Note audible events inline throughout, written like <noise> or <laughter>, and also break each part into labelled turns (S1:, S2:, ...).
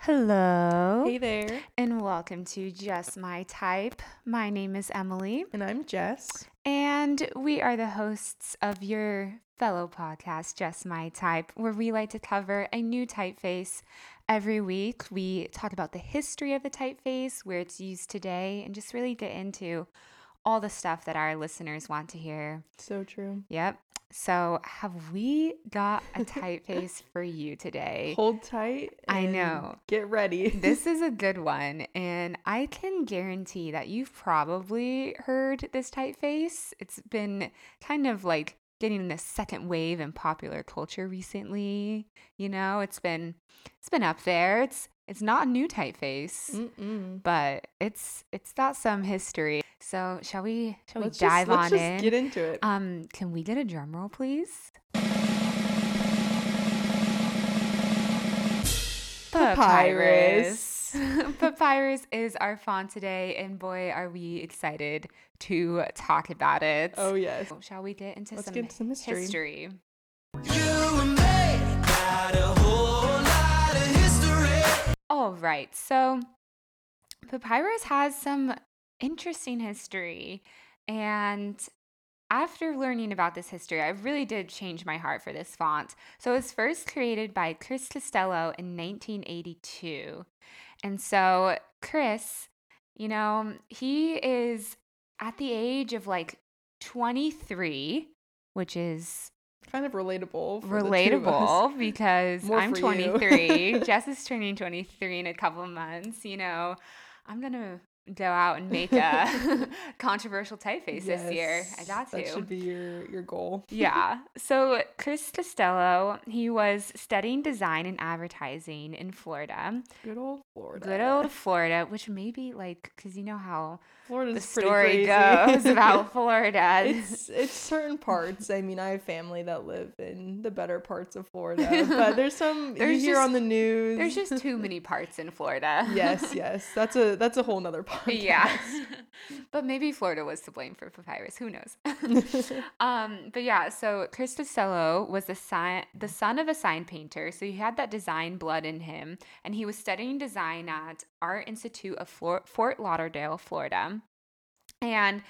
S1: Hello.
S2: Hey there.
S1: And welcome to Just My Type. My name is Emily,
S2: And I'm Jess.
S1: and we are the hosts of your fellow podcast, Just My Type, where we like to cover a new typeface every week. We talk about the history of the typeface, where it's used today, and just really get into all the stuff that our listeners want to hear.
S2: So true.
S1: Yep. So, have we got a typeface for you today?
S2: Hold tight.
S1: I
S2: and
S1: know.
S2: Get ready.
S1: this is a good one, and I can guarantee that you've probably heard this typeface. It's been kind of like getting the second wave in popular culture recently. You know, it's been it's been up there. It's it's not a new typeface,
S2: <laughs> Mm. Mm-mm.
S1: but it's it's got some history. So shall we shall we
S2: Let's just-
S1: dive
S2: let's
S1: on
S2: just
S1: in?
S2: get into it.
S1: Um, can we get a drum roll, please?
S2: Papyrus.
S1: <laughs> Papyrus is our font today, and boy, are we excited to talk about it.
S2: <laughs> oh yes.
S1: So Shall we get into
S2: Let's
S1: some,
S2: get into some history.
S1: history? All right, so papyrus has some interesting history, and after learning about this history, I really did change my heart for this font. So it was first created by Chris Costello in 1982. And so Chris, you know, he is at the age of like 23, which is
S2: Kind of relatable. for the two
S1: <laughs>
S2: of us.
S1: relatable because
S2: More
S1: I'm
S2: for you. <laughs>
S1: 23. Jess is turning 23 in a couple of months. You know, I'm going to go out and make
S2: <laughs>
S1: a <laughs> controversial typeface this year. I
S2: Yes,
S1: got to.
S2: That should be <laughs> your your goal.
S1: yeah. So Chris Costello, he was studying design and advertising in Florida.
S2: Good old Florida.
S1: Good old Florida, which maybe like because you know how
S2: <laughs> Florida's
S1: the
S2: pretty
S1: story
S2: crazy.
S1: goes about Florida.
S2: <laughs> it's it's certain parts. I mean, I have family that live in the better parts of
S1: <laughs>
S2: Florida, but there's some
S1: There's
S2: you hear
S1: just-
S2: on the news.
S1: There's just too many parts in Florida.
S2: yes, yes. That's a that's a whole nother <laughs> podcast.
S1: yeah. <laughs> but maybe Florida was to blame for papyrus. Who knows? <laughs> um, but yeah, so Cristocello was the sign the son of a sign painter. So he had that design blood in him, and he was studying design at Art Institute of Flor- Fort Lauderdale, Florida. And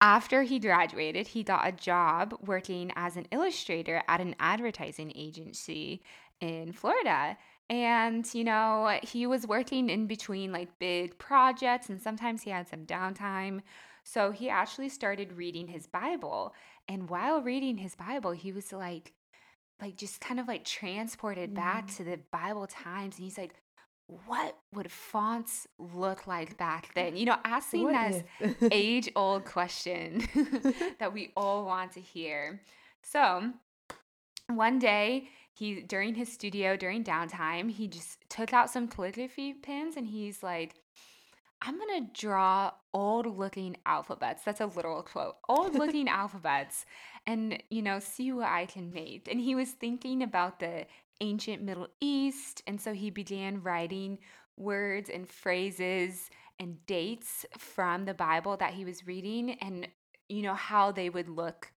S1: after he graduated, he got a job working as an illustrator at an advertising agency in Florida. And, you know, he was working in between like big projects and sometimes he had some downtime. So he actually started reading his Bible. And while reading his Bible, he was like, like just kind of like transported back
S2: Mm.
S1: to the Bible times. And he's like, what would fonts look like back then? You know, asking
S2: What
S1: that
S2: if? <laughs>
S1: age old question <laughs> that we all want to hear. So, one day, he during his studio during downtime, he just took out some calligraphy pins and he's like, "I'm going to draw old looking alphabets." That's a literal quote. Old looking alphabets and, you know, see what I can make. And he was thinking about the ancient Middle East, and so he began writing words and phrases and dates from the Bible that he was reading and you know how they would look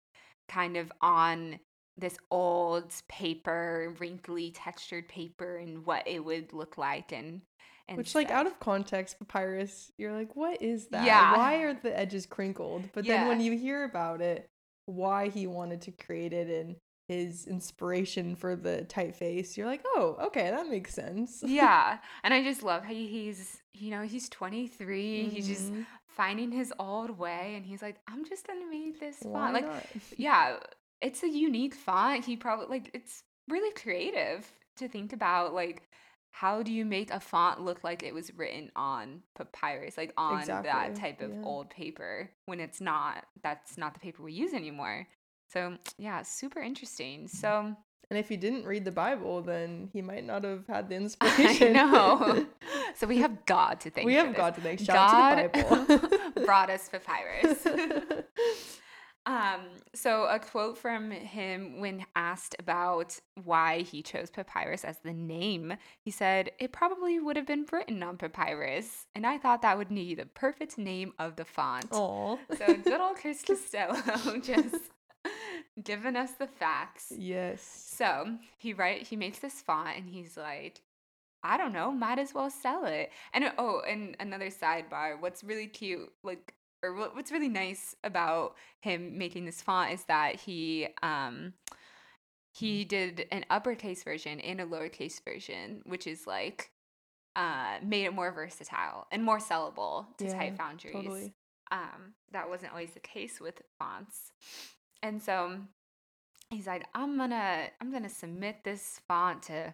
S1: kind of on this old paper, wrinkly textured paper and what it would look like and and
S2: Which, like, out
S1: stuff.
S2: of context, papyrus, you're like, what is that?
S1: Yeah.
S2: Why are the edges crinkled? But then when
S1: Yeah.
S2: you hear about it, why he wanted to create it and his inspiration for the typeface, you're like, oh, okay, that makes <laughs> sense.
S1: yeah. And I just love how he's you know, he's 23, he's just
S2: Mhm.
S1: finding his old way and he's like, I'm just gonna make this
S2: Why
S1: font. Like
S2: not?
S1: yeah, it's a unique font. He probably like it's really creative to think about like how do you make a font look like it was written on papyrus, like on that
S2: Exactly,
S1: type of
S2: yeah.
S1: old paper when it's not that's not the paper we use anymore. So, yeah, super interesting. So,
S2: And if he didn't read the Bible, then he might not have had
S1: <laughs>
S2: the
S1: I
S2: inspiration. <laughs>
S1: know. so we have God to thank.
S2: we
S1: for
S2: have
S1: this.
S2: got to make shout out to the Bible.
S1: brought us <laughs> papyrus. Um, so a quote from him when asked about why he chose papyrus as the name, he said, It probably would have been written on papyrus, and I thought that would be the perfect name of the font.
S2: <laughs> Aw.
S1: So good old Chris Costello <laughs> just giving us the facts.
S2: Yes.
S1: So he write he makes this font and he's like, I don't know, might as well sell it. And oh, and another sidebar, what's really cute, like, or what- what's really nice about him making this font is that he, um, he did an uppercase version and a lowercase version, which is like, uh, made it more versatile and more sellable to
S2: Yeah,
S1: type foundries.
S2: Totally.
S1: Um, that wasn't always the case with fonts. And so he's like, I'm gonna, I'm gonna submit this font to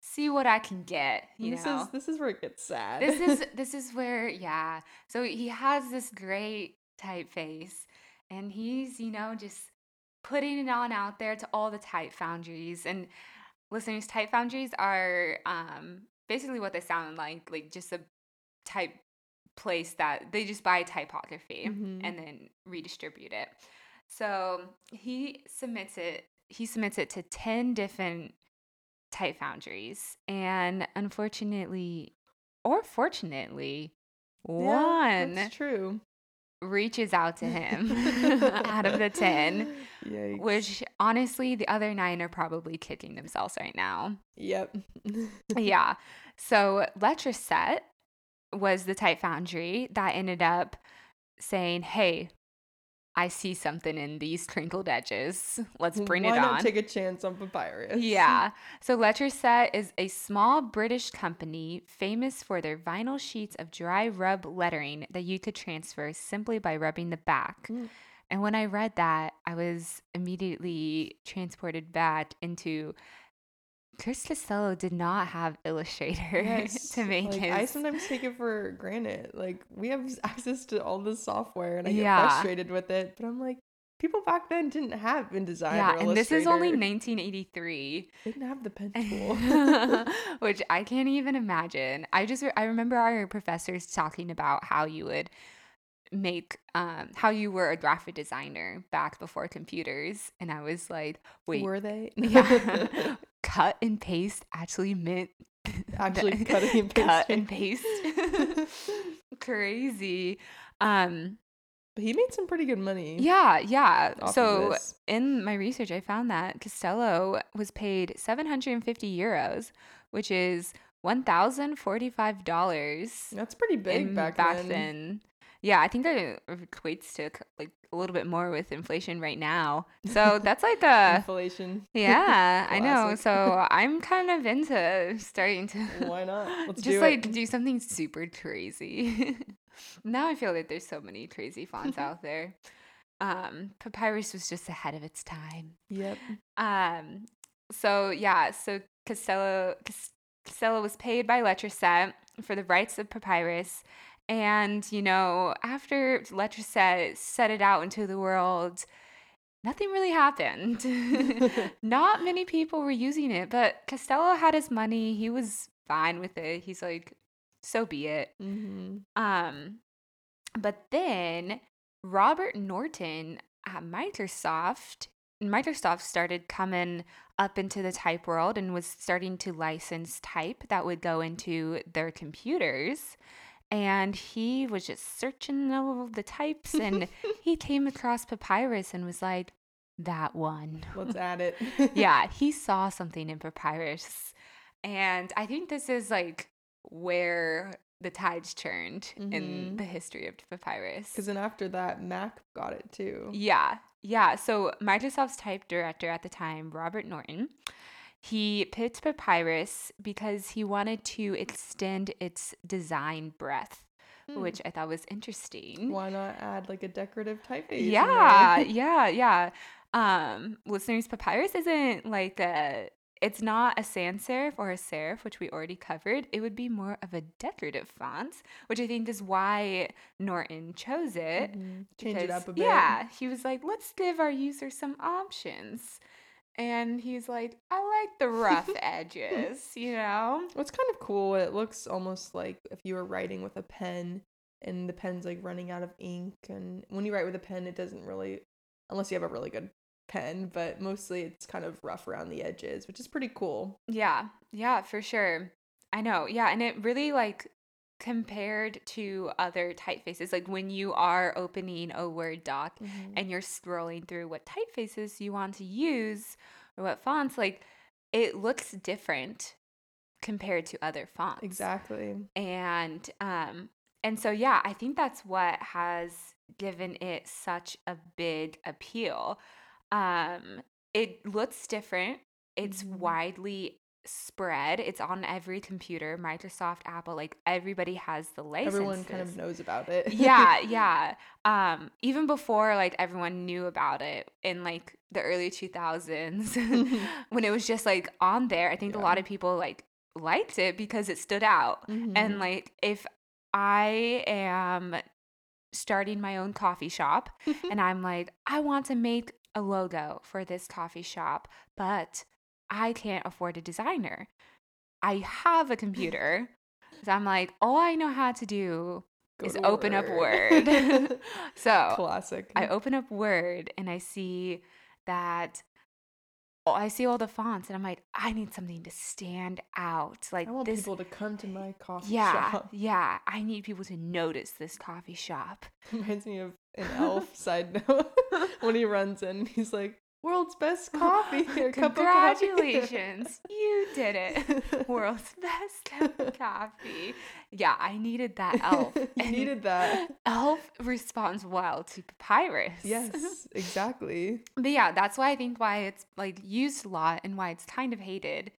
S1: see what I can get. You
S2: this
S1: know,
S2: is this is where it gets sad.
S1: this is this is where yeah so he has this great typeface and he's you know just putting it on out there to all the type foundries and listeners type foundries are um basically what they sound like like just a type place that they just buy typography
S2: Mhm.
S1: and then redistribute it so he submits it he submits it to 10 different type foundries and unfortunately or fortunately
S2: <laughs> Yeah,
S1: one
S2: That's true.
S1: reaches out to
S2: <laughs>
S1: him <laughs> out of the 10
S2: Yikes.
S1: which honestly the other nine are probably kicking themselves right
S2: <laughs>
S1: now
S2: Yep.
S1: yeah so letraset was the type foundry that ended up saying hey i see something in these crinkled edges let's bring
S2: Why
S1: it
S2: not
S1: on
S2: take a chance on papyrus? <laughs>
S1: Yeah. <laughs> So Letraset is a small British company famous for their vinyl sheets of dry rub lettering that you could transfer simply by rubbing the back.
S2: Mm.
S1: And when I read that, I was immediately transported back into Chris Costello did not have <laughs> Illustrator <laughs>
S2: Yes,
S1: to make
S2: like,
S1: his.
S2: I sometimes take it for granted. Like we have <laughs> access to all this software, and I get
S1: Yeah.
S2: frustrated with it. But I'm like, people back then didn't have InDesign.
S1: yeah,
S2: or
S1: and this is only
S2: Illustrator.
S1: 1983.
S2: They didn't have the
S1: <laughs>
S2: pen <laughs> tool.
S1: which I can't even imagine. I just re- I remember our professors talking about how you would make um how you were a graphic designer back before computers and I was like, wait,
S2: <laughs> Were they?
S1: yeah. cut and paste actually meant <laughs>
S2: Actually, cutting and
S1: cut
S2: pasting.
S1: and paste. <laughs> Crazy. Um
S2: <laughs> But he made some pretty good money.
S1: yeah, yeah.
S2: off of
S1: so
S2: this.
S1: in my research, I found that Costello was paid 750 euros, which is $1,045
S2: that's pretty big
S1: in-
S2: back, then.
S1: Yeah, I think that equates to like a little bit more with inflation right now.
S2: <laughs>
S1: So that's like a
S2: Inflation. <laughs>
S1: yeah, I know.
S2: Classic.
S1: So I'm kind of into starting to <laughs>
S2: Why not? Let's
S1: just
S2: do
S1: like
S2: it.
S1: do something super crazy. <laughs> now I feel like there's so many crazy
S2: <laughs>
S1: fonts out there. Um, papyrus was just ahead of its time.
S2: Yep.
S1: Um, so yeah, so Costello Cos- Costello was paid by Letraset for the rights of papyrus, and you know after Letraset set it out into the world, nothing really happened. <laughs> Not many people were using it, but Costello had his money. He was fine with it. He's like, so be it.
S2: hmm
S1: Um, but then Robert Norton at Microsoft, Microsoft started coming up into the type world and was starting to license type that would go into their computers. And he was just searching all of the types and he came across papyrus and was like, that one
S2: Let's add it.
S1: <laughs>
S2: <laughs>
S1: yeah, he saw something in Papyrus. And I think this is like where the tides turned in
S2: Mhm.
S1: the history of Papyrus.
S2: Because then after that, Mac got it too.
S1: Yeah. Yeah. So Microsoft's type director at the time, Robert Norton, he picked Papyrus because he wanted to extend its design breadth,
S2: Hmm.
S1: which I thought was interesting.
S2: Why not add like a decorative typeface? in <laughs>
S1: Yeah,
S2: there?
S1: yeah, yeah. Um, listeners, papyrus isn't like a. It's not a sans serif or a serif, which we already covered. It would be more of a decorative font, which I think is why Norton chose it.
S2: Mhm. Change it
S1: because-
S2: up a bit.
S1: Yeah, he was like, let's give our users some options. And he's like, I like the
S2: <laughs>
S1: rough edges, you know?
S2: What's kind of cool, it looks almost like if you were writing with a pen and the pen's like running out of ink. And when you write with a pen, it doesn't really, unless you have a really good pen, but mostly it's kind of rough around the edges, which is pretty cool.
S1: Yeah, yeah, for sure. I know. Yeah, and it really like compared to other typefaces, like when you are opening a Word doc
S2: Mm-hmm.
S1: and you're scrolling through what typefaces you want to use or what fonts, like it looks different compared to other fonts.
S2: Exactly.
S1: And um and so yeah, I think that's what has given it such a big appeal. Um it looks different. It's
S2: Mhm.
S1: widely spread. It's on every computer, Microsoft, Apple, like everybody has the license.
S2: Everyone kind of knows about it. <laughs>
S1: yeah, yeah. Um, even before like everyone knew about it in like the early <laughs> 2000s, when it was just like on there, I think a
S2: Mm-hmm. Yeah.
S1: lot of people like liked it because it stood out. And
S2: Mhm.
S1: like if I am starting my own coffee
S2: <laughs>
S1: shop and I'm like, I want to make a logo for this coffee shop, but I can't afford a designer. I have
S2: <laughs>
S1: a computer. So I'm like, all I know how to do
S2: Go
S1: is
S2: to
S1: open up
S2: <laughs>
S1: Word. so
S2: Classic.
S1: I open up Word and I see that oh, I see all the fonts and I'm like, I need something to stand out. Like
S2: I want
S1: this
S2: people to come to my coffee
S1: Yeah.
S2: shop. <laughs>
S1: Yeah. I need people to notice this coffee shop.
S2: Reminds me of
S1: <laughs>
S2: an elf side note <laughs> when he runs in. and He's like, world's
S1: <laughs>
S2: best coffee. <laughs> or cup of coffee." <laughs>
S1: Congratulations. you did it. World's <laughs> best cup of coffee. Yeah, I needed that elf.
S2: <laughs> you
S1: And <laughs>
S2: needed that.
S1: Elf responds well to papyrus.
S2: Yes, exactly.
S1: but yeah, that's why I think why it's like used a lot and why it's kind of hated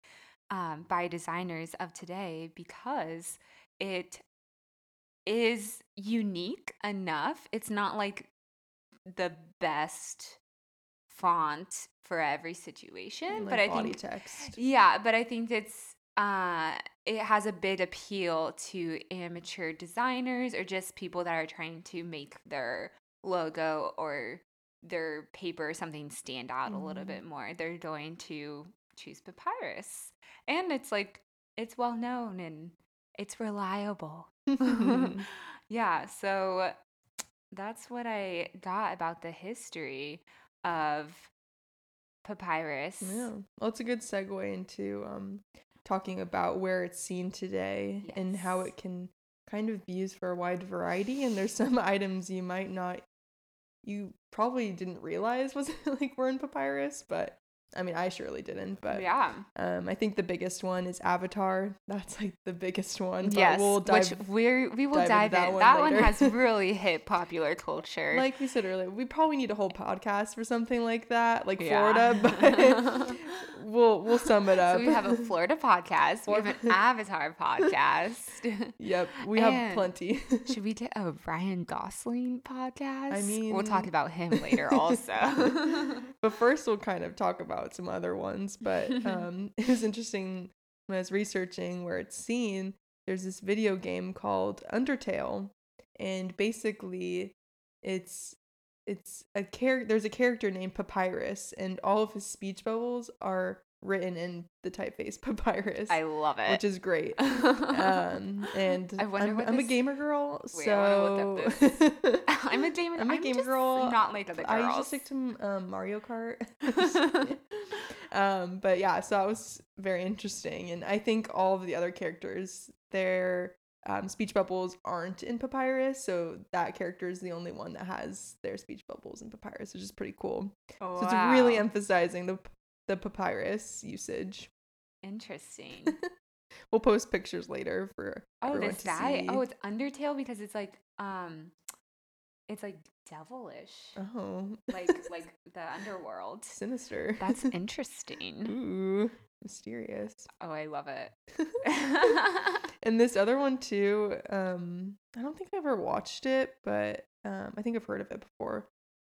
S1: um, by designers of today because it is unique enough. It's not like the best font for every situation,
S2: And,
S1: but
S2: like,
S1: I
S2: body
S1: think <laughs>
S2: text.
S1: yeah, but I think it's uh it has a big appeal to amateur designers or just people that are trying to make their logo or their paper or something stand out a little
S2: Mhm.
S1: bit more. They're going to choose papyrus. And it's like it's well known and it's reliable.
S2: Mm-hmm.
S1: yeah, so that's what I got about the history of papyrus.
S2: Yeah. Well, it's a good segue into um, talking about where it's seen today and how
S1: Yes.
S2: it can kind of be used for a wide variety. And there's some <laughs> items you might not, you probably didn't realize was <laughs> like were in papyrus, but I mean, I surely didn't. But
S1: yeah.
S2: um, I think the biggest one is Avatar. That's like the biggest one. But
S1: yes,
S2: We'll dive.
S1: which we're, we will dive,
S2: dive into that
S1: in.
S2: one
S1: that one
S2: later. <laughs>
S1: has really hit popular culture.
S2: like we said earlier, we probably need a whole podcast for something like that, like
S1: Yeah.
S2: Florida, <laughs> but
S1: <laughs>
S2: we'll we'll sum it up. <laughs>
S1: so we have a Florida podcast. We have an
S2: Florida-
S1: Avatar
S2: <laughs>
S1: podcast.
S2: Yep, we have
S1: And-
S2: plenty. <laughs>
S1: Should we get a Ryan Gosling podcast? we'll talk
S2: mean-
S1: about him
S2: <laughs>
S1: later. Also,
S2: but first, we'll kind of talk about some other ones.
S1: <laughs>
S2: But um, it was interesting when I was researching where it's seen. There's this video game called Undertale, and basically, it's it's a character. There's a character named Papyrus, and all of his speech bubbles are written in the typeface <laughs> Papyrus,
S1: I love it. <laughs>
S2: which is great. Um, and
S1: I wonder
S2: I'm,
S1: what
S2: I'm a
S1: this-
S2: gamer girl,
S1: Wait, I wanna
S2: so
S1: look up
S2: <laughs>
S1: I'm a gamer.
S2: I'm a gamer
S1: just
S2: girl.
S1: Not like other girls.
S2: I usually stick to um, Mario Kart.
S1: <laughs>
S2: <laughs> um, but yeah, so that was very interesting, and I think all of the other characters, their um, speech bubbles aren't in Papyrus, so that character is the only one that has their speech bubbles in Papyrus, which is pretty cool. So it's really
S1: Wow.
S2: emphasizing the the Papyrus usage. <laughs>
S1: interesting.
S2: We'll post pictures later for
S1: Oh,
S2: everyone
S1: this
S2: to
S1: guy.
S2: see.
S1: Oh, it's Undertale because it's like um, it's like devilish,
S2: oh
S1: <laughs> like like the underworld.
S2: <laughs> sinister.
S1: That's interesting.
S2: <laughs> ooh
S1: <laughs>
S2: mysterious. <laughs>
S1: Oh, I love it.
S2: And this other one too, um, I don't think I ever watched it, but um, I think I've heard of it before.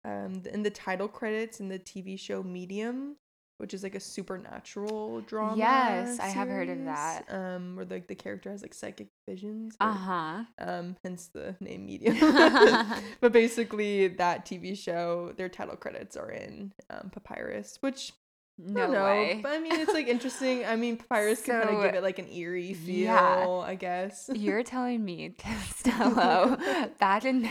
S2: Um, in the title credits in the TV show Medium, which is like a supernatural drama.
S1: Yes, I have heard of
S2: series,
S1: that.
S2: Um, where like the character has like psychic visions. or-
S1: uh <laughs>
S2: <laughs>
S1: huh.
S2: Um, hence the
S1: <laughs>
S2: name Medium. <laughs> but basically, that TV show, their title credits are in um, Papyrus, which I
S1: No
S2: don't know,
S1: way.
S2: but I mean it's like interesting. I mean papyrus can kind
S1: So-
S2: of give it like an eerie feel,
S1: Yeah.
S2: I
S1: <laughs>
S2: guess.
S1: You're telling
S2: <laughs>
S1: me Costello back in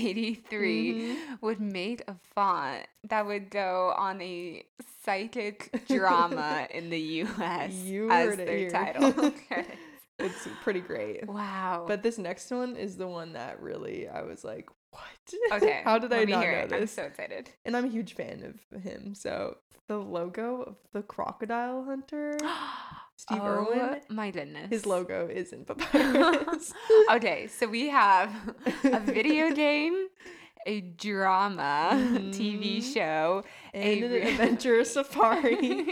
S1: 1983
S2: Mm-hmm.
S1: would make a font that would go on a psychic
S2: <laughs>
S1: drama in the U.S.
S2: You
S1: as
S2: heard it
S1: their
S2: here. <laughs>
S1: title. credits.
S2: It's pretty great.
S1: wow.
S2: But this next one is the one that really I was like, what?
S1: okay,
S2: <laughs> How did
S1: let
S2: I
S1: me
S2: not
S1: hear
S2: know
S1: it. I'm
S2: this?
S1: so excited.
S2: and I'm
S1: <gasps>
S2: a huge fan of him. So the logo of the crocodile hunter <gasps> Steve
S1: oh
S2: Irwin.
S1: my goodness.
S2: His logo
S1: <laughs>
S2: isn't papyrus. <laughs>
S1: okay, so we have a video game, a drama TV
S2: Mhm.
S1: show,
S2: and an
S1: re- <laughs>
S2: adventure safari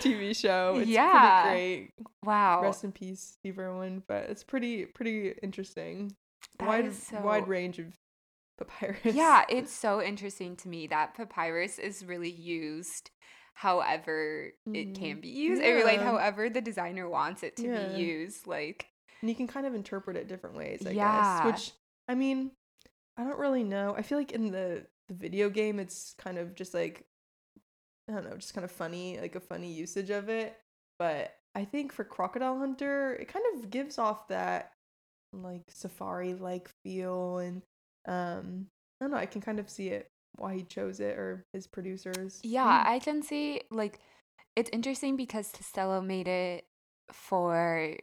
S2: TV show. It's
S1: Yeah.
S2: pretty great.
S1: wow.
S2: Rest in peace, Steve Irwin. But it's pretty pretty interesting.
S1: That
S2: wide
S1: is so-
S2: wide range of <laughs> papyrus.
S1: Yeah, it's so interesting to me that papyrus is really used however it
S2: Mhm.
S1: can be used. Or like
S2: Yeah.
S1: however the designer wants it to
S2: Yeah.
S1: be used. Like
S2: and you can kind of interpret it different ways, I
S1: Yeah.
S2: guess. Which I mean, I don't really know. I feel like in the the video game, it's kind of just like I don't know, just kind of funny, like a funny usage of it. But I think for Crocodile Hunter, it kind of gives off that like safari like feel, and um, I don't know. I can kind of see it why he chose it or his producers.
S1: Yeah, I can see like it's interesting because Costello made it for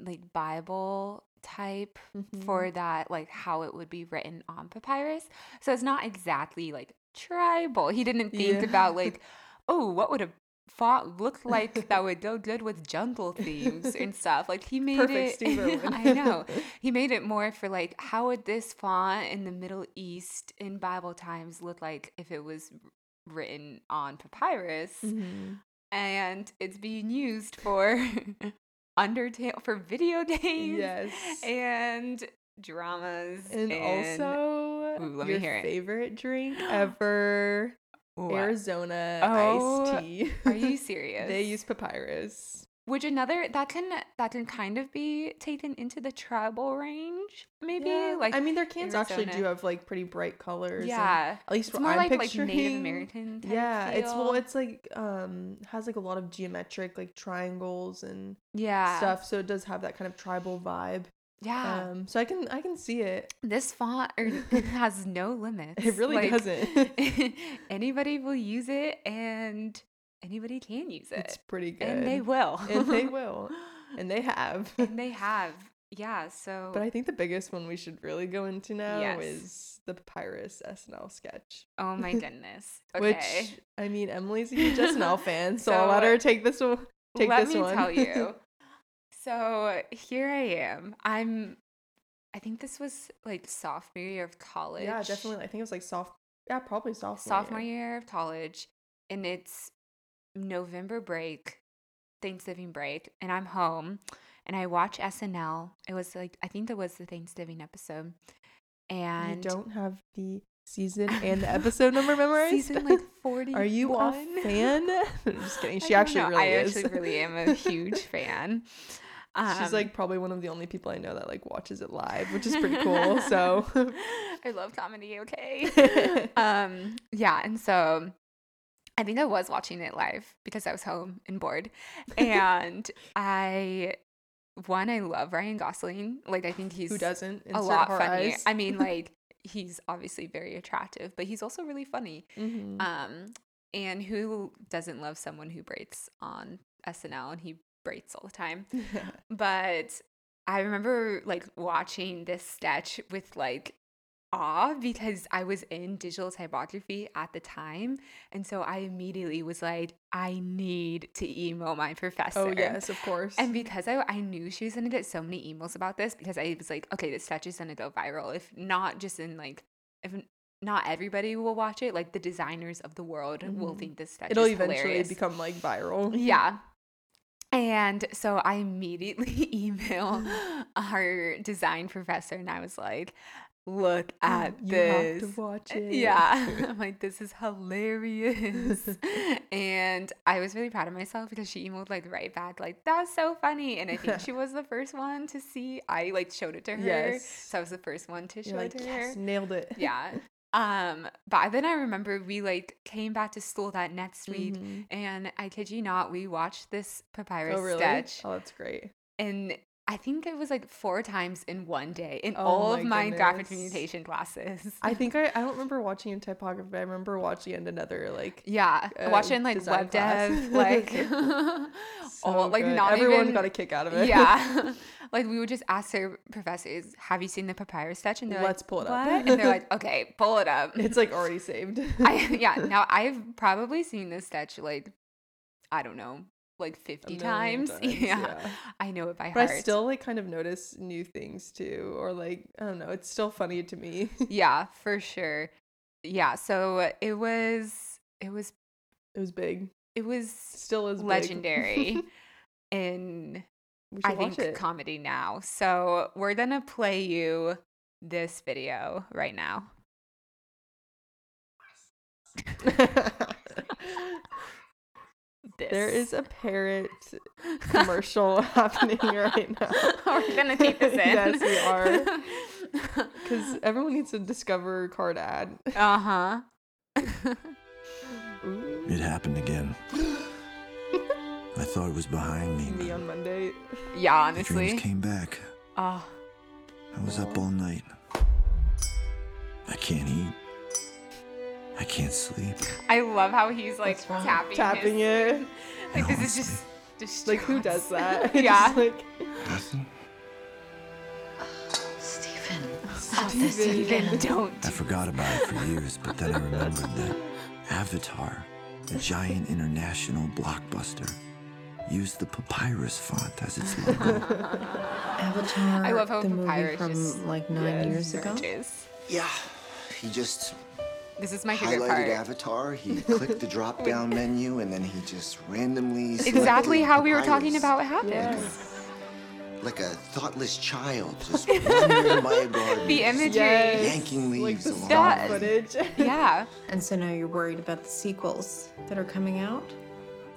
S1: like Bible type
S2: Mhm.
S1: for that like how it would be written on papyrus. So it's not exactly like tribal. He didn't think
S2: Yeah.
S1: about
S2: <laughs>
S1: like, oh, what would a font look like that would go good with jungle
S2: <laughs>
S1: themes and stuff. Like he made
S2: Mm-hmm. perfect
S1: it
S2: Steve
S1: <laughs>
S2: Irwin.
S1: I
S2: <laughs>
S1: <laughs> know he made it more for like how would this font in the middle east in bible times look like if it was written on papyrus
S2: Mhm.
S1: and it's being used for <laughs> undertale for video <laughs> games
S2: Yes.
S1: and dramas
S2: And, also,
S1: Ooh, let me
S2: your
S1: hear it. <gasps>
S2: favorite drink ever,
S1: What?
S2: <laughs> Arizona
S1: Oh,
S2: iced tea.
S1: <laughs> are you serious
S2: <laughs> they use papyrus.
S1: which another that can that can kind of be taken into the tribal range maybe
S2: Yeah,
S1: like
S2: I mean, their cans actually do
S1: Arizona.
S2: have like pretty bright colors. and
S1: yeah
S2: at least
S1: it's
S2: what
S1: more
S2: I'm
S1: like
S2: picturing.
S1: like native american type
S2: yeah, it's well,
S1: feel.
S2: it's like um has like a lot of geometric like triangles and
S1: yeah
S2: stuff, so it does have that kind of tribal vibe.
S1: yeah
S2: Um, so I can I can see it.
S1: this font
S2: <laughs>
S1: er, has no limits.
S2: It really
S1: Like,
S2: doesn't.
S1: <laughs> anybody will use it, and anybody can use
S2: it's
S1: it,
S2: pretty good,
S1: and they will.
S2: And
S1: <laughs>
S2: they will, and they have.
S1: And they have. Yeah. So.
S2: <laughs> But I think the biggest one we should really go into now
S1: Yes.
S2: is the papyrus SNL sketch.
S1: oh
S2: <laughs>
S1: my goodness. Okay.
S2: Which I mean, Emily's a huge
S1: <laughs>
S2: SNL fan, so, I'll let
S1: So,
S2: her take this one. Take
S1: Let
S2: this
S1: me
S2: one.
S1: tell
S2: <laughs>
S1: you. So here I am. I'm. I think this was like sophomore year of college.
S2: yeah, definitely. I think it was like soft. Yeah, probably sophomore.
S1: sophomore year of college and it's November break, Thanksgiving break, and I'm home and I watch SNL. It was like I think that was the Thanksgiving episode.
S2: You
S1: And
S2: don't have the
S1: <laughs>
S2: season and the episode number memorized. <laughs>
S1: season like 40.
S2: Are you a fan? <laughs> I'm
S1: <laughs>
S2: just kidding. She actually really
S1: I
S2: is. <laughs>
S1: actually really am a huge fan.
S2: She's
S1: Um,
S2: like probably one of the only people I know that like watches it live, which is pretty
S1: <laughs>
S2: cool. So
S1: I love comedy,
S2: <laughs>
S1: okay? um yeah and so i think i was watching it live because i was home and bored
S2: <laughs>
S1: and i one i love ryan gosling like i think he's
S2: <laughs> who doesn't?
S1: a
S2: Insert
S1: lot
S2: hard
S1: funny
S2: eyes.
S1: i
S2: <laughs>
S1: mean like he's obviously very attractive but he's also really funny <laughs>
S2: Mhm.
S1: um and who doesn't love someone who breaks on snl and he breaks all the time but I remember like watching this sketch with like awe because I was in digital typography at the time. And so I immediately was like, I need to email my professor.
S2: oh yes, of course.
S1: And because I, I knew she was going to get so many emails about this, because I was like, okay, this sketch is going to go viral. If not just in like, if not everybody will watch it, like the designers of the world will
S2: Mhm.
S1: think this sketch
S2: It'll
S1: is
S2: eventually
S1: hilarious.
S2: become like viral.
S1: Yeah. And so I immediately <laughs> email
S2: Mm-hmm.
S1: our design professor and I was like, look at
S2: Oh, you
S1: this. Uh,
S2: have to watch it. <laughs>
S1: Yeah. I'm like, this is hilarious. <laughs> and I was really proud of myself because she emailed like right back, like, that's so funny. And I
S2: <laughs>
S1: think she was the first one to see. I like showed it to her.
S2: Yes.
S1: So I was the first one to show
S2: You're like,
S1: it to her
S2: yes, <laughs> nailed it.
S1: yeah um but then i remember we like came back to school that next week
S2: Mhm.
S1: and i kid you not we watched this papyrus
S2: Oh really?
S1: sketch
S2: Oh, that's
S1: <laughs>
S2: great.
S1: and i think it was like four times in one day in
S2: Oh
S1: all of my
S2: my
S1: graphic
S2: goodness.
S1: communication classes
S2: I think I, I don't remember watching in typography. but I remember watching it in another like
S1: <laughs> yeah
S2: uh,
S1: watching like
S2: design
S1: web
S2: class. <laughs>
S1: dev like <laughs>
S2: so
S1: all Oh, like
S2: good.
S1: not
S2: everyone
S1: even
S2: got a kick out of it. <laughs>
S1: yeah <laughs> like we would just ask their professors have you seen the papyrus sketch and they're
S2: Let's
S1: like
S2: pull it up.
S1: "What?" and they're like okay pull it up <laughs>
S2: <laughs> it's like already saved. <laughs>
S1: I yeah. Now I've probably seen this sketch like I don't know like 50
S2: million
S1: times. <laughs> Yeah. I know it by
S2: But
S1: heart.
S2: I still like kind of notice new things too, or like I don't know. It's still funny to me. <laughs>
S1: yeah, for sure. Yeah, so it was it was
S2: it was big.
S1: it was
S2: Still is big. <laughs>
S1: legendary in
S2: we should
S1: I
S2: watch
S1: think
S2: it.
S1: comedy now. So, we're going to play you this video right now. This.
S2: <laughs>
S1: <laughs>
S2: there is a parrot commercial <laughs> happening
S1: <laughs>
S2: right now.
S1: We're gonna take
S2: <laughs>
S1: this in.
S2: Yes, we
S1: <laughs> are.
S2: Because everyone needs to discover card ad.
S1: uh huh.
S2: Ooh,
S3: It happened again. I thought it was behind me.
S2: <laughs> me
S3: but
S2: on Monday.
S1: <laughs> yeah,
S3: The dreams
S1: honestly.
S3: came back.
S1: Oh,
S3: I was up all night. I can't eat. I can't sleep.
S1: I love how he's like tapping,
S2: Tapping
S1: his,
S2: it.
S1: Like
S3: No
S1: this is
S3: one's
S1: just, just
S2: Like who
S1: <laughs>
S2: does that? <laughs> Just
S1: Yeah.
S2: like,
S1: <laughs>
S3: Nothing.
S4: Stephen,
S2: this
S1: Even don't.
S3: I forgot about it for years, but then I remembered that Avatar, a giant international blockbuster, used the papyrus font as its
S1: <laughs>
S3: logo.
S4: Avatar.
S1: I love how
S4: the movie
S1: papyrus
S4: from
S1: just
S4: like nine
S2: Yes.
S4: years ago.
S1: Gorgeous.
S5: Yeah, he just
S1: This is my favorite
S5: highlighted
S1: part.
S5: Avatar. He clicked the drop
S1: <laughs>
S5: down menu, and then he just randomly. selected
S1: Exactly how we were
S5: papyrus.
S1: talking about what happens.
S2: Yes.
S5: Like a thoughtless
S1: <laughs>
S5: child just wandering by a garden,
S1: The
S5: just
S1: imagery.
S2: Yes.
S5: yanking
S2: like
S5: leaves
S2: the
S5: along.
S2: stock
S1: That-
S5: the way.
S2: footage.
S1: Yeah.
S4: And so now you're worried about the sequels that are coming out?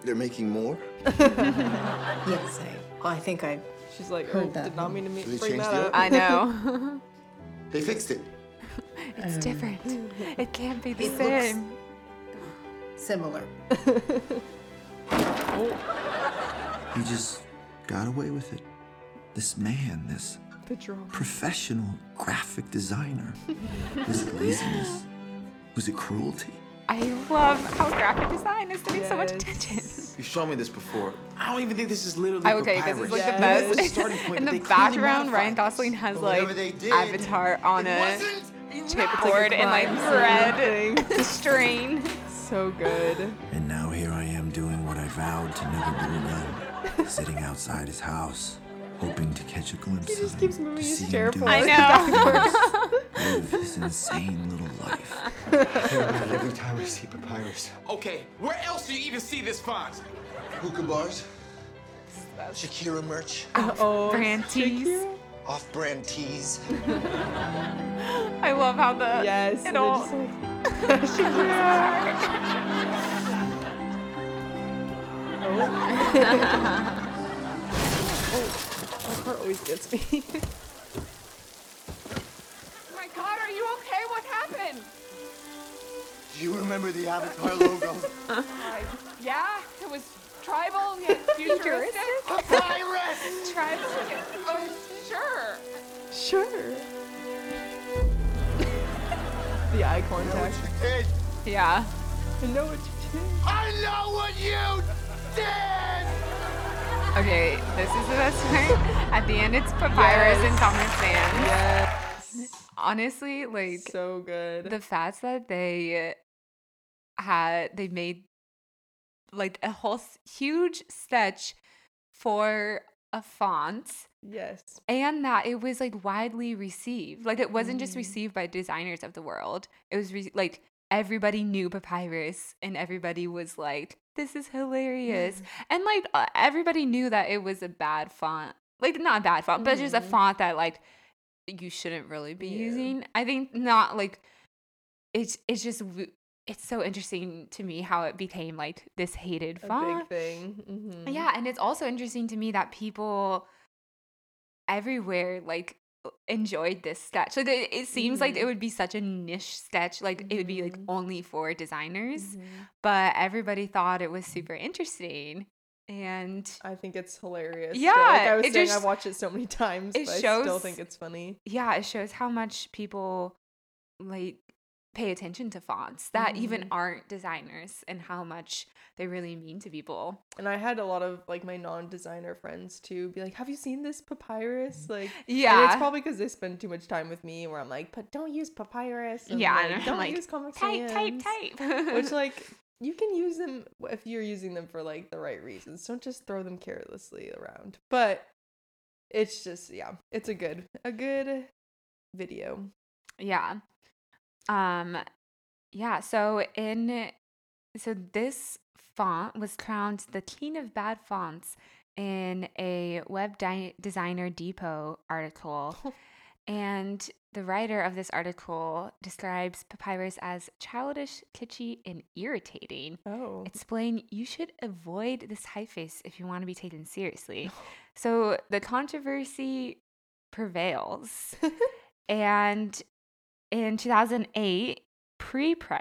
S5: They're making more.
S4: Yes, I. Well, I think I.
S2: She's like,
S4: Heard
S2: oh,
S4: that
S2: did not
S4: one.
S2: mean to me-
S5: Did they
S2: bring
S5: change
S2: that
S5: the
S2: up.
S1: I know.
S5: They fixed it.
S1: <laughs> it's different. It can't be the
S4: It looks-
S1: same.
S4: Similar.
S3: He just got away with it. This man, this
S2: the drum.
S3: professional graphic designer. Was it laziness? Was it cruelty?
S1: I love how graphic design is getting so much
S2: Yes.
S1: attention.
S6: You showed me this before. I don't even think this is literally.
S1: Okay, this is
S6: papyrus.
S1: like
S2: Yes.
S1: the
S6: It was a
S1: best.
S6: starting point,
S1: <laughs> In
S6: but
S1: the
S6: they clearly
S1: background,
S6: modified
S1: Ryan
S6: this.
S1: Gosling has
S5: But whatever
S1: like
S5: they did,
S1: Avatar on
S5: it
S1: a
S5: wasn't enough.
S1: chipboard and like red <laughs> string.
S2: So good.
S3: And now here I am doing what I vowed to never do
S1: <laughs>
S3: again. Sitting outside his house, hoping to catch a glimpse
S2: He
S3: of
S2: just
S3: him.
S2: keeps moving
S3: to
S2: his
S3: see him
S2: chair
S3: do
S2: forward.
S1: I
S3: his
S1: know.
S3: things, Live his insane little life.
S5: And <laughs> every time I see papyrus,
S6: Okay, where else do you even see this font?
S5: hookah bars, Shakira merch,
S2: Oh,
S1: Branties.
S5: off-brand tees.
S1: I love how the
S2: Yes.
S1: it
S2: and they're
S1: all.
S2: just like-
S1: <laughs> Oh.
S2: <laughs> that part Oh. always gets
S1: <laughs>
S2: me.
S1: Oh my God, are you okay? What happened?
S5: Do you remember the Avatar
S6: <laughs>
S5: logo?
S1: Yeah, it was tribal <laughs> yet futuristic.
S5: papyrus.
S1: tribal yet oh, sure.
S2: sure. the eye contact.
S5: Did
S1: Yeah.
S2: I know what you did.
S5: I know what you did.
S1: Okay, this is the best part. At the end, it's papyrus and Thomas Mann.
S2: Yes.
S1: Honestly, like
S2: So good.
S1: the fact that they had they made like a whole s- huge sketch for a font
S2: yes.
S1: and that it was like widely received like it wasn't
S2: Mm.
S1: just received by designers of the world it was re- like everybody knew papyrus and everybody was like this is hilarious and like uh, everybody knew that it was a bad font like not a bad font but just a font that like you shouldn't really be
S2: Mm-hmm. Yeah.
S1: using i think not like it's it's just w- it's so interesting to me how it became like this hated
S2: A
S1: font
S2: big thing. Mm-hmm.
S1: yeah, and it's also interesting to me that people everywhere like uh, enjoyed this sketch. Like it, it seems like
S2: Mm-hmm.
S1: it would be such a niche sketch, like it would be like
S2: Mhm.
S1: only for designers,
S2: Mm-hmm.
S1: but everybody thought it was super interesting. And
S2: I think it's hilarious. still. like
S1: Yeah,
S2: I was
S1: it
S2: saying,
S1: just-
S2: I've watched it so many times,
S1: it
S2: but I still
S1: shows-
S2: think it's funny.
S1: yeah, it shows how much people like pay attention to fonts that even
S2: Mm-hmm.
S1: aren't designers and how much they really mean to people.
S2: And I had a lot of like my non-designer friends too be like, "Have you seen this papyrus?" Like, and
S1: Mm. Yeah.
S2: it's probably because they spend too much time with me, where I'm like, "But don't use papyrus." and,
S1: Yeah, and
S2: like,
S1: I'm
S2: don't
S1: like,
S2: use Comic
S1: Type, type,
S2: Sans,"
S1: <laughs> type.
S2: Which like you can use them if you're using them for like the right reasons. Don't just throw them carelessly around. But it's just yeah, it's a good a good video.
S1: Yeah. Um yeah, so in so this font was crowned the king of bad fonts in a web di- designer depot article. and the writer of this article describes papyrus as childish, kitschy, and irritating.
S2: Oh.
S1: Explain you should avoid this hypeface if you want to be taken
S2: <laughs>
S1: seriously. So the controversy
S2: <laughs>
S1: prevails. and in 2008,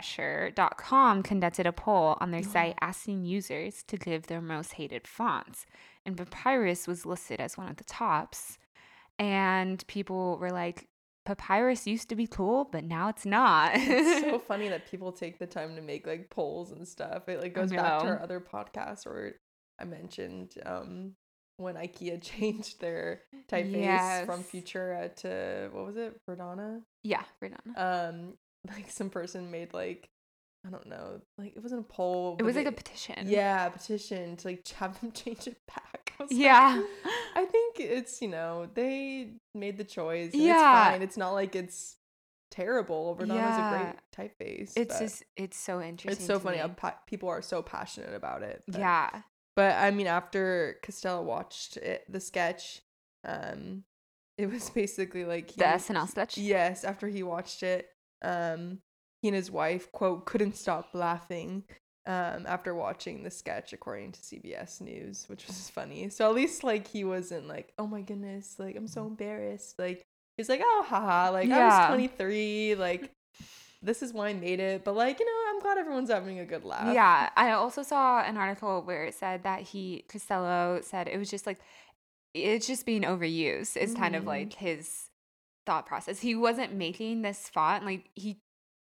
S1: prepressure.com conducted a poll on their site asking users to give their most hated fonts. And Papyrus was listed as one of the tops. And people were like, Papyrus used to be cool, but now it's not. <laughs>
S2: it's so funny that people take the time to make like polls and stuff. It like goes back to
S1: know.
S2: our other podcast where I mentioned um when IKEA <laughs> changed their typeface from
S1: Yes.
S2: Futura to what was it? Verdana?
S1: yeah,
S2: <laughs>
S1: Verdana.
S2: Um like some person made like I don't know, like it wasn't a poll.
S1: It
S2: but
S1: was like a
S2: they-
S1: petition.
S2: yeah, petition to like <laughs> have them change it back. I was
S1: <laughs>
S2: like,
S1: Yeah.
S2: <laughs> I think it's you know they made the choice. And
S1: Yeah.
S2: it's fine. It's not like it's terrible. Verdana's
S1: Yeah.
S2: a great typeface.
S1: It's
S2: but
S1: just, it's so interesting.
S2: it's so
S1: to
S2: funny how
S1: me.
S2: pa- people are so passionate about it. but-
S1: Yeah.
S2: but I mean, after Costello watched it, the sketch, um, <laughs> it was basically like
S1: The
S2: he-
S1: SNL sketch.
S2: Yes, after he watched it, um, he and his wife quote couldn't stop laughing um after watching the sketch according to CBS News, which was funny. So at least like he wasn't like, oh my goodness, like I'm so embarrassed. Like he's like, oh haha, like
S1: Yeah.
S2: I was 23, like this is why I made it. But like you know, I'm glad everyone's having a good laugh.
S1: Yeah, I also saw an article where it said that he Costello said it was just like it's just being overused. It's kind of
S2: Mhm.
S1: like his thought process. He wasn't making this font like he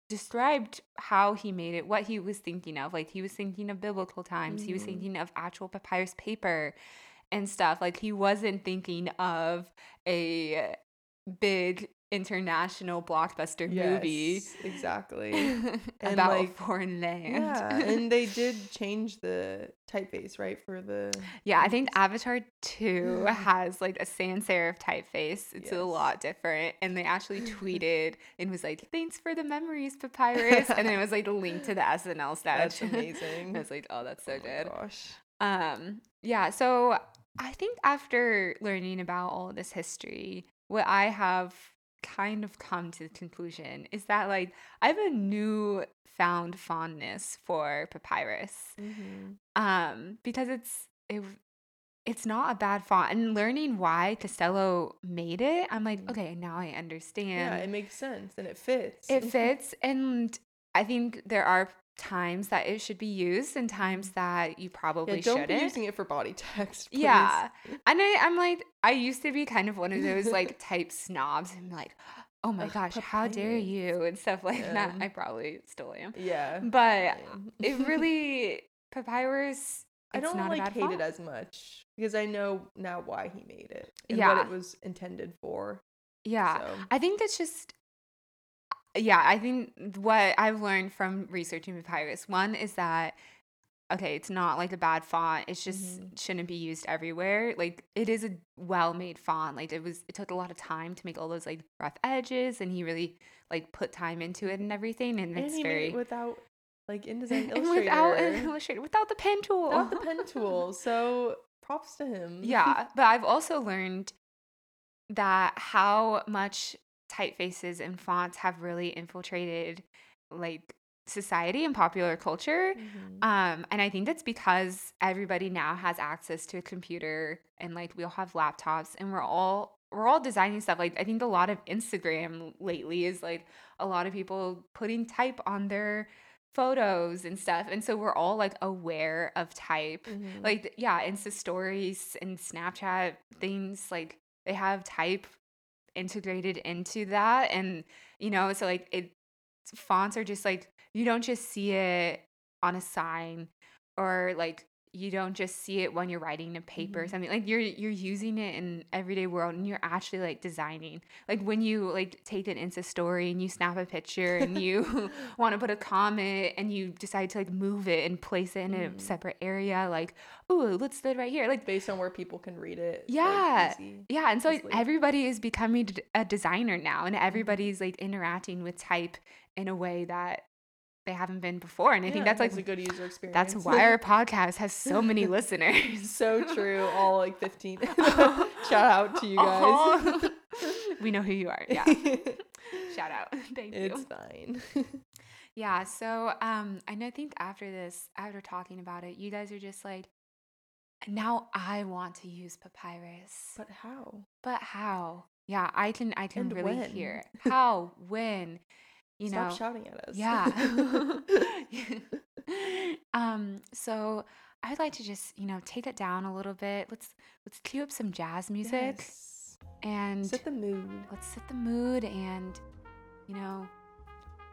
S1: described how he made it, what he was thinking of. Like he was thinking of biblical times. He was
S2: Mhm.
S1: thinking of actual papyrus paper and stuff. Like he wasn't thinking of a big international blockbuster movie
S2: Yes,
S1: <laughs>
S2: exactly.
S1: about
S2: <laughs> And,
S1: a
S2: like,
S1: foreign land. <laughs>
S2: yeah, and they did change the typeface, right,
S1: <laughs>
S2: for the
S1: Yeah, I think Avatar 2 has like a sans serif typeface. It's a
S2: Yes.
S1: lot different. And they actually
S2: <laughs>
S1: tweeted and was like, thanks for the memories, Papyrus. And then it was like linked to the SNL sketch. <laughs>
S2: That's amazing.
S1: I was like, oh, that's so
S2: oh my
S1: good.
S2: gosh.
S1: Um, yeah, so I think after learning about all this history, what I have kind of come to the conclusion is that like I have a new found fondness for Papyrus
S2: Mhm.
S1: um because it's it w- it's not a bad font and learning why costello made it i'm like okay now i
S2: Yeah, it
S1: understand
S2: makes sense and it fits.
S1: it fits and i think there are times that it should be used and times that you probably
S2: Mm-hmm. Yeah, don't
S1: shouldn't
S2: be using it for body <laughs> text. please.
S1: yeah and I, i'm like i used to be kind of one of those
S2: <laughs>
S1: like type snobs and like oh my
S2: Ugh,
S1: gosh how dare
S2: papyrus.
S1: you and stuff like that
S2: Yeah.
S1: i probably still am
S2: Yeah.
S1: but
S2: yeah. <laughs>
S1: it really papyrus
S2: I
S1: it's
S2: don't
S1: not a
S2: like
S1: bad
S2: hate
S1: font.
S2: it as much because I know now why he made it and
S1: Yeah.
S2: what it was intended for.
S1: Yeah.
S2: So-
S1: I think it's just yeah, I think what I've learned from researching papyrus one is that okay, it's not like a bad font. It's just
S2: Mm-hmm.
S1: shouldn't be used everywhere. Like it is a well-made font. Like it was it took a lot of time to make all those like rough edges and he really like put time into it and everything and,
S2: And
S1: it's
S2: he
S1: very
S2: made it without like InDesign
S1: and <laughs> without an
S2: Illustrator,
S1: illustrator without the pen tool.
S2: without the pen tool. So props to him.
S1: <laughs> Yeah, but I've also learned that how much typefaces and fonts have really infiltrated like society and popular culture.
S2: Mhm.
S1: Um, and I think that's because everybody now has access to a computer and like we all have laptops and we're all we're all designing stuff. Like I think a lot of Instagram lately is like a lot of people putting type on their photos and stuff. And so we're all like aware of type
S2: Mhm.
S1: like th- yeah insta stories and snapchat things like they have type integrated into that and you know so like it fonts are just like you don't just see it on a sign or like you don't just see it when you're writing a paper or something like you're you're using it in everyday world and you're actually like designing like when you like take an insta story and you snap a picture and you <laughs> want to put a comment and you decide to like move it and place it in a separate area like ooh let's do it right here like
S2: based on where people can read it. it's, like,
S1: yeah
S2: easy.
S1: yeah and so like,
S2: easily.
S1: everybody is becoming d- a designer now
S2: Mm-hmm.
S1: and everybody's like interacting with type in a way that they haven't been before and i
S2: Yeah,
S1: think that's like
S2: has a good user experience.
S1: that's
S2: <laughs>
S1: why our podcast has so many listeners <laughs>
S2: so true. All like 15. <laughs> Shout out to you guys. <laughs>
S1: Uh-huh. we know who you are <laughs> yeah shout out <laughs> thank
S2: it's
S1: you
S2: fine.
S1: <laughs> yeah so um i know i think after this after talking about it you guys are just like now i want to use papyrus
S2: but how?
S1: But how? Yeah, I can I can
S2: And
S1: really
S2: when? <laughs>
S1: hear it. how when you
S2: Stop
S1: know.
S2: shouting at us. <laughs>
S1: <laughs> Yeah. um so I would like to just, you know, take it down a little bit. Let's let's cue up some jazz music
S2: Yes.
S1: and
S2: Set the mood.
S1: let's set the mood and you know,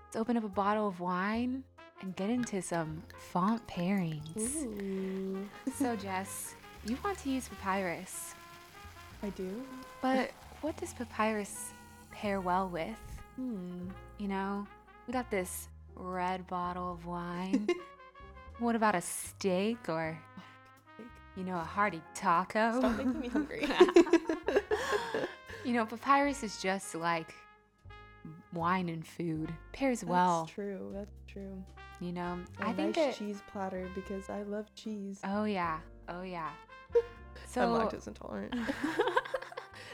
S1: let's open up a bottle of wine and get into some font pairings.
S2: Ooh.
S1: So Jess, you want to use papyrus.
S2: I do.
S1: But what does papyrus pair well with?
S2: Hmm.
S1: You know, we got this red bottle of
S2: <laughs>
S1: wine. what about a steak or, you know, a hearty taco?
S2: Stop making me hungry.
S1: <laughs>
S2: <laughs>
S1: you know, papyrus is just like wine and food. Pairs well,
S2: That's true. That's true.
S1: you know.
S2: A
S1: I think
S2: nice
S1: it.
S2: cheese platter because I love cheese.
S1: Oh, yeah. Oh,
S2: <laughs>
S1: yeah. So,
S2: I'm
S1: <laughs>
S2: lactose intolerant.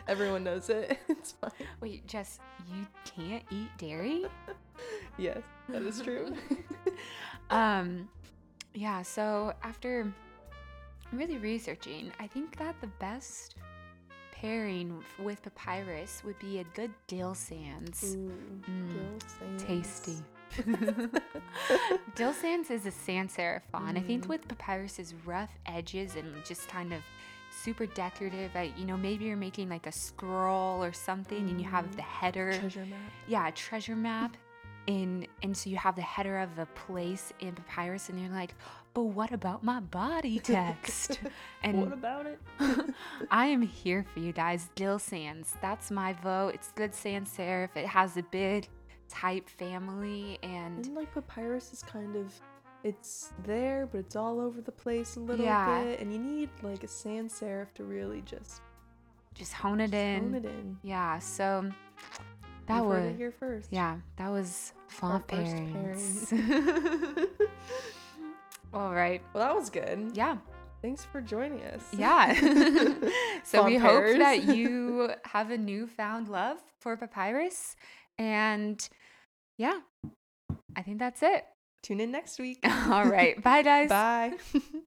S2: Everyone knows it. <laughs> It's fine.
S1: wait, Jess, you can't eat dairy?
S2: Yes, that is true.
S1: <laughs> um yeah so after really researching i think that the best pairing f- with papyrus would be a good dill sands
S2: Ooh,
S1: Mm,
S2: dill sands. <laughs>
S1: tasty dill sands is a sans serif font i
S2: Mm.
S1: think with papyrus's rough edges and just kind of super decorative uh, you know maybe you're making like a scroll or something and you have the header
S2: Mm. Treasure map.
S1: yeah, a treasure map in and so you have the header of a place in papyrus and you're like, but what about my
S2: <laughs>
S1: body text? and
S2: What
S1: <laughs>
S2: about it?
S1: I am here for you guys. Dill Sans, that's my vote. It's good sans serif. It has a big type family and
S2: And like papyrus is kind of it's there, but it's all over the place a little
S1: Yeah.
S2: bit, and you need like a sans serif to really just
S1: just hone it in.
S2: hone it in.
S1: Yeah, so that
S2: You've heard it
S1: was
S2: here first.
S1: yeah, that was
S2: Our
S1: font
S2: first pairing.
S1: pairings. <laughs> All right.
S2: <laughs> Well, that was good. <laughs>
S1: Yeah.
S2: Thanks for joining us.
S1: Yeah. <laughs> so we hope
S2: Compares.
S1: that
S2: <laughs>
S1: you have a newfound love for papyrus. And yeah, I think that's it. <laughs>
S2: Tune in next week.
S1: All right. Bye, guys.
S2: Bye. <laughs>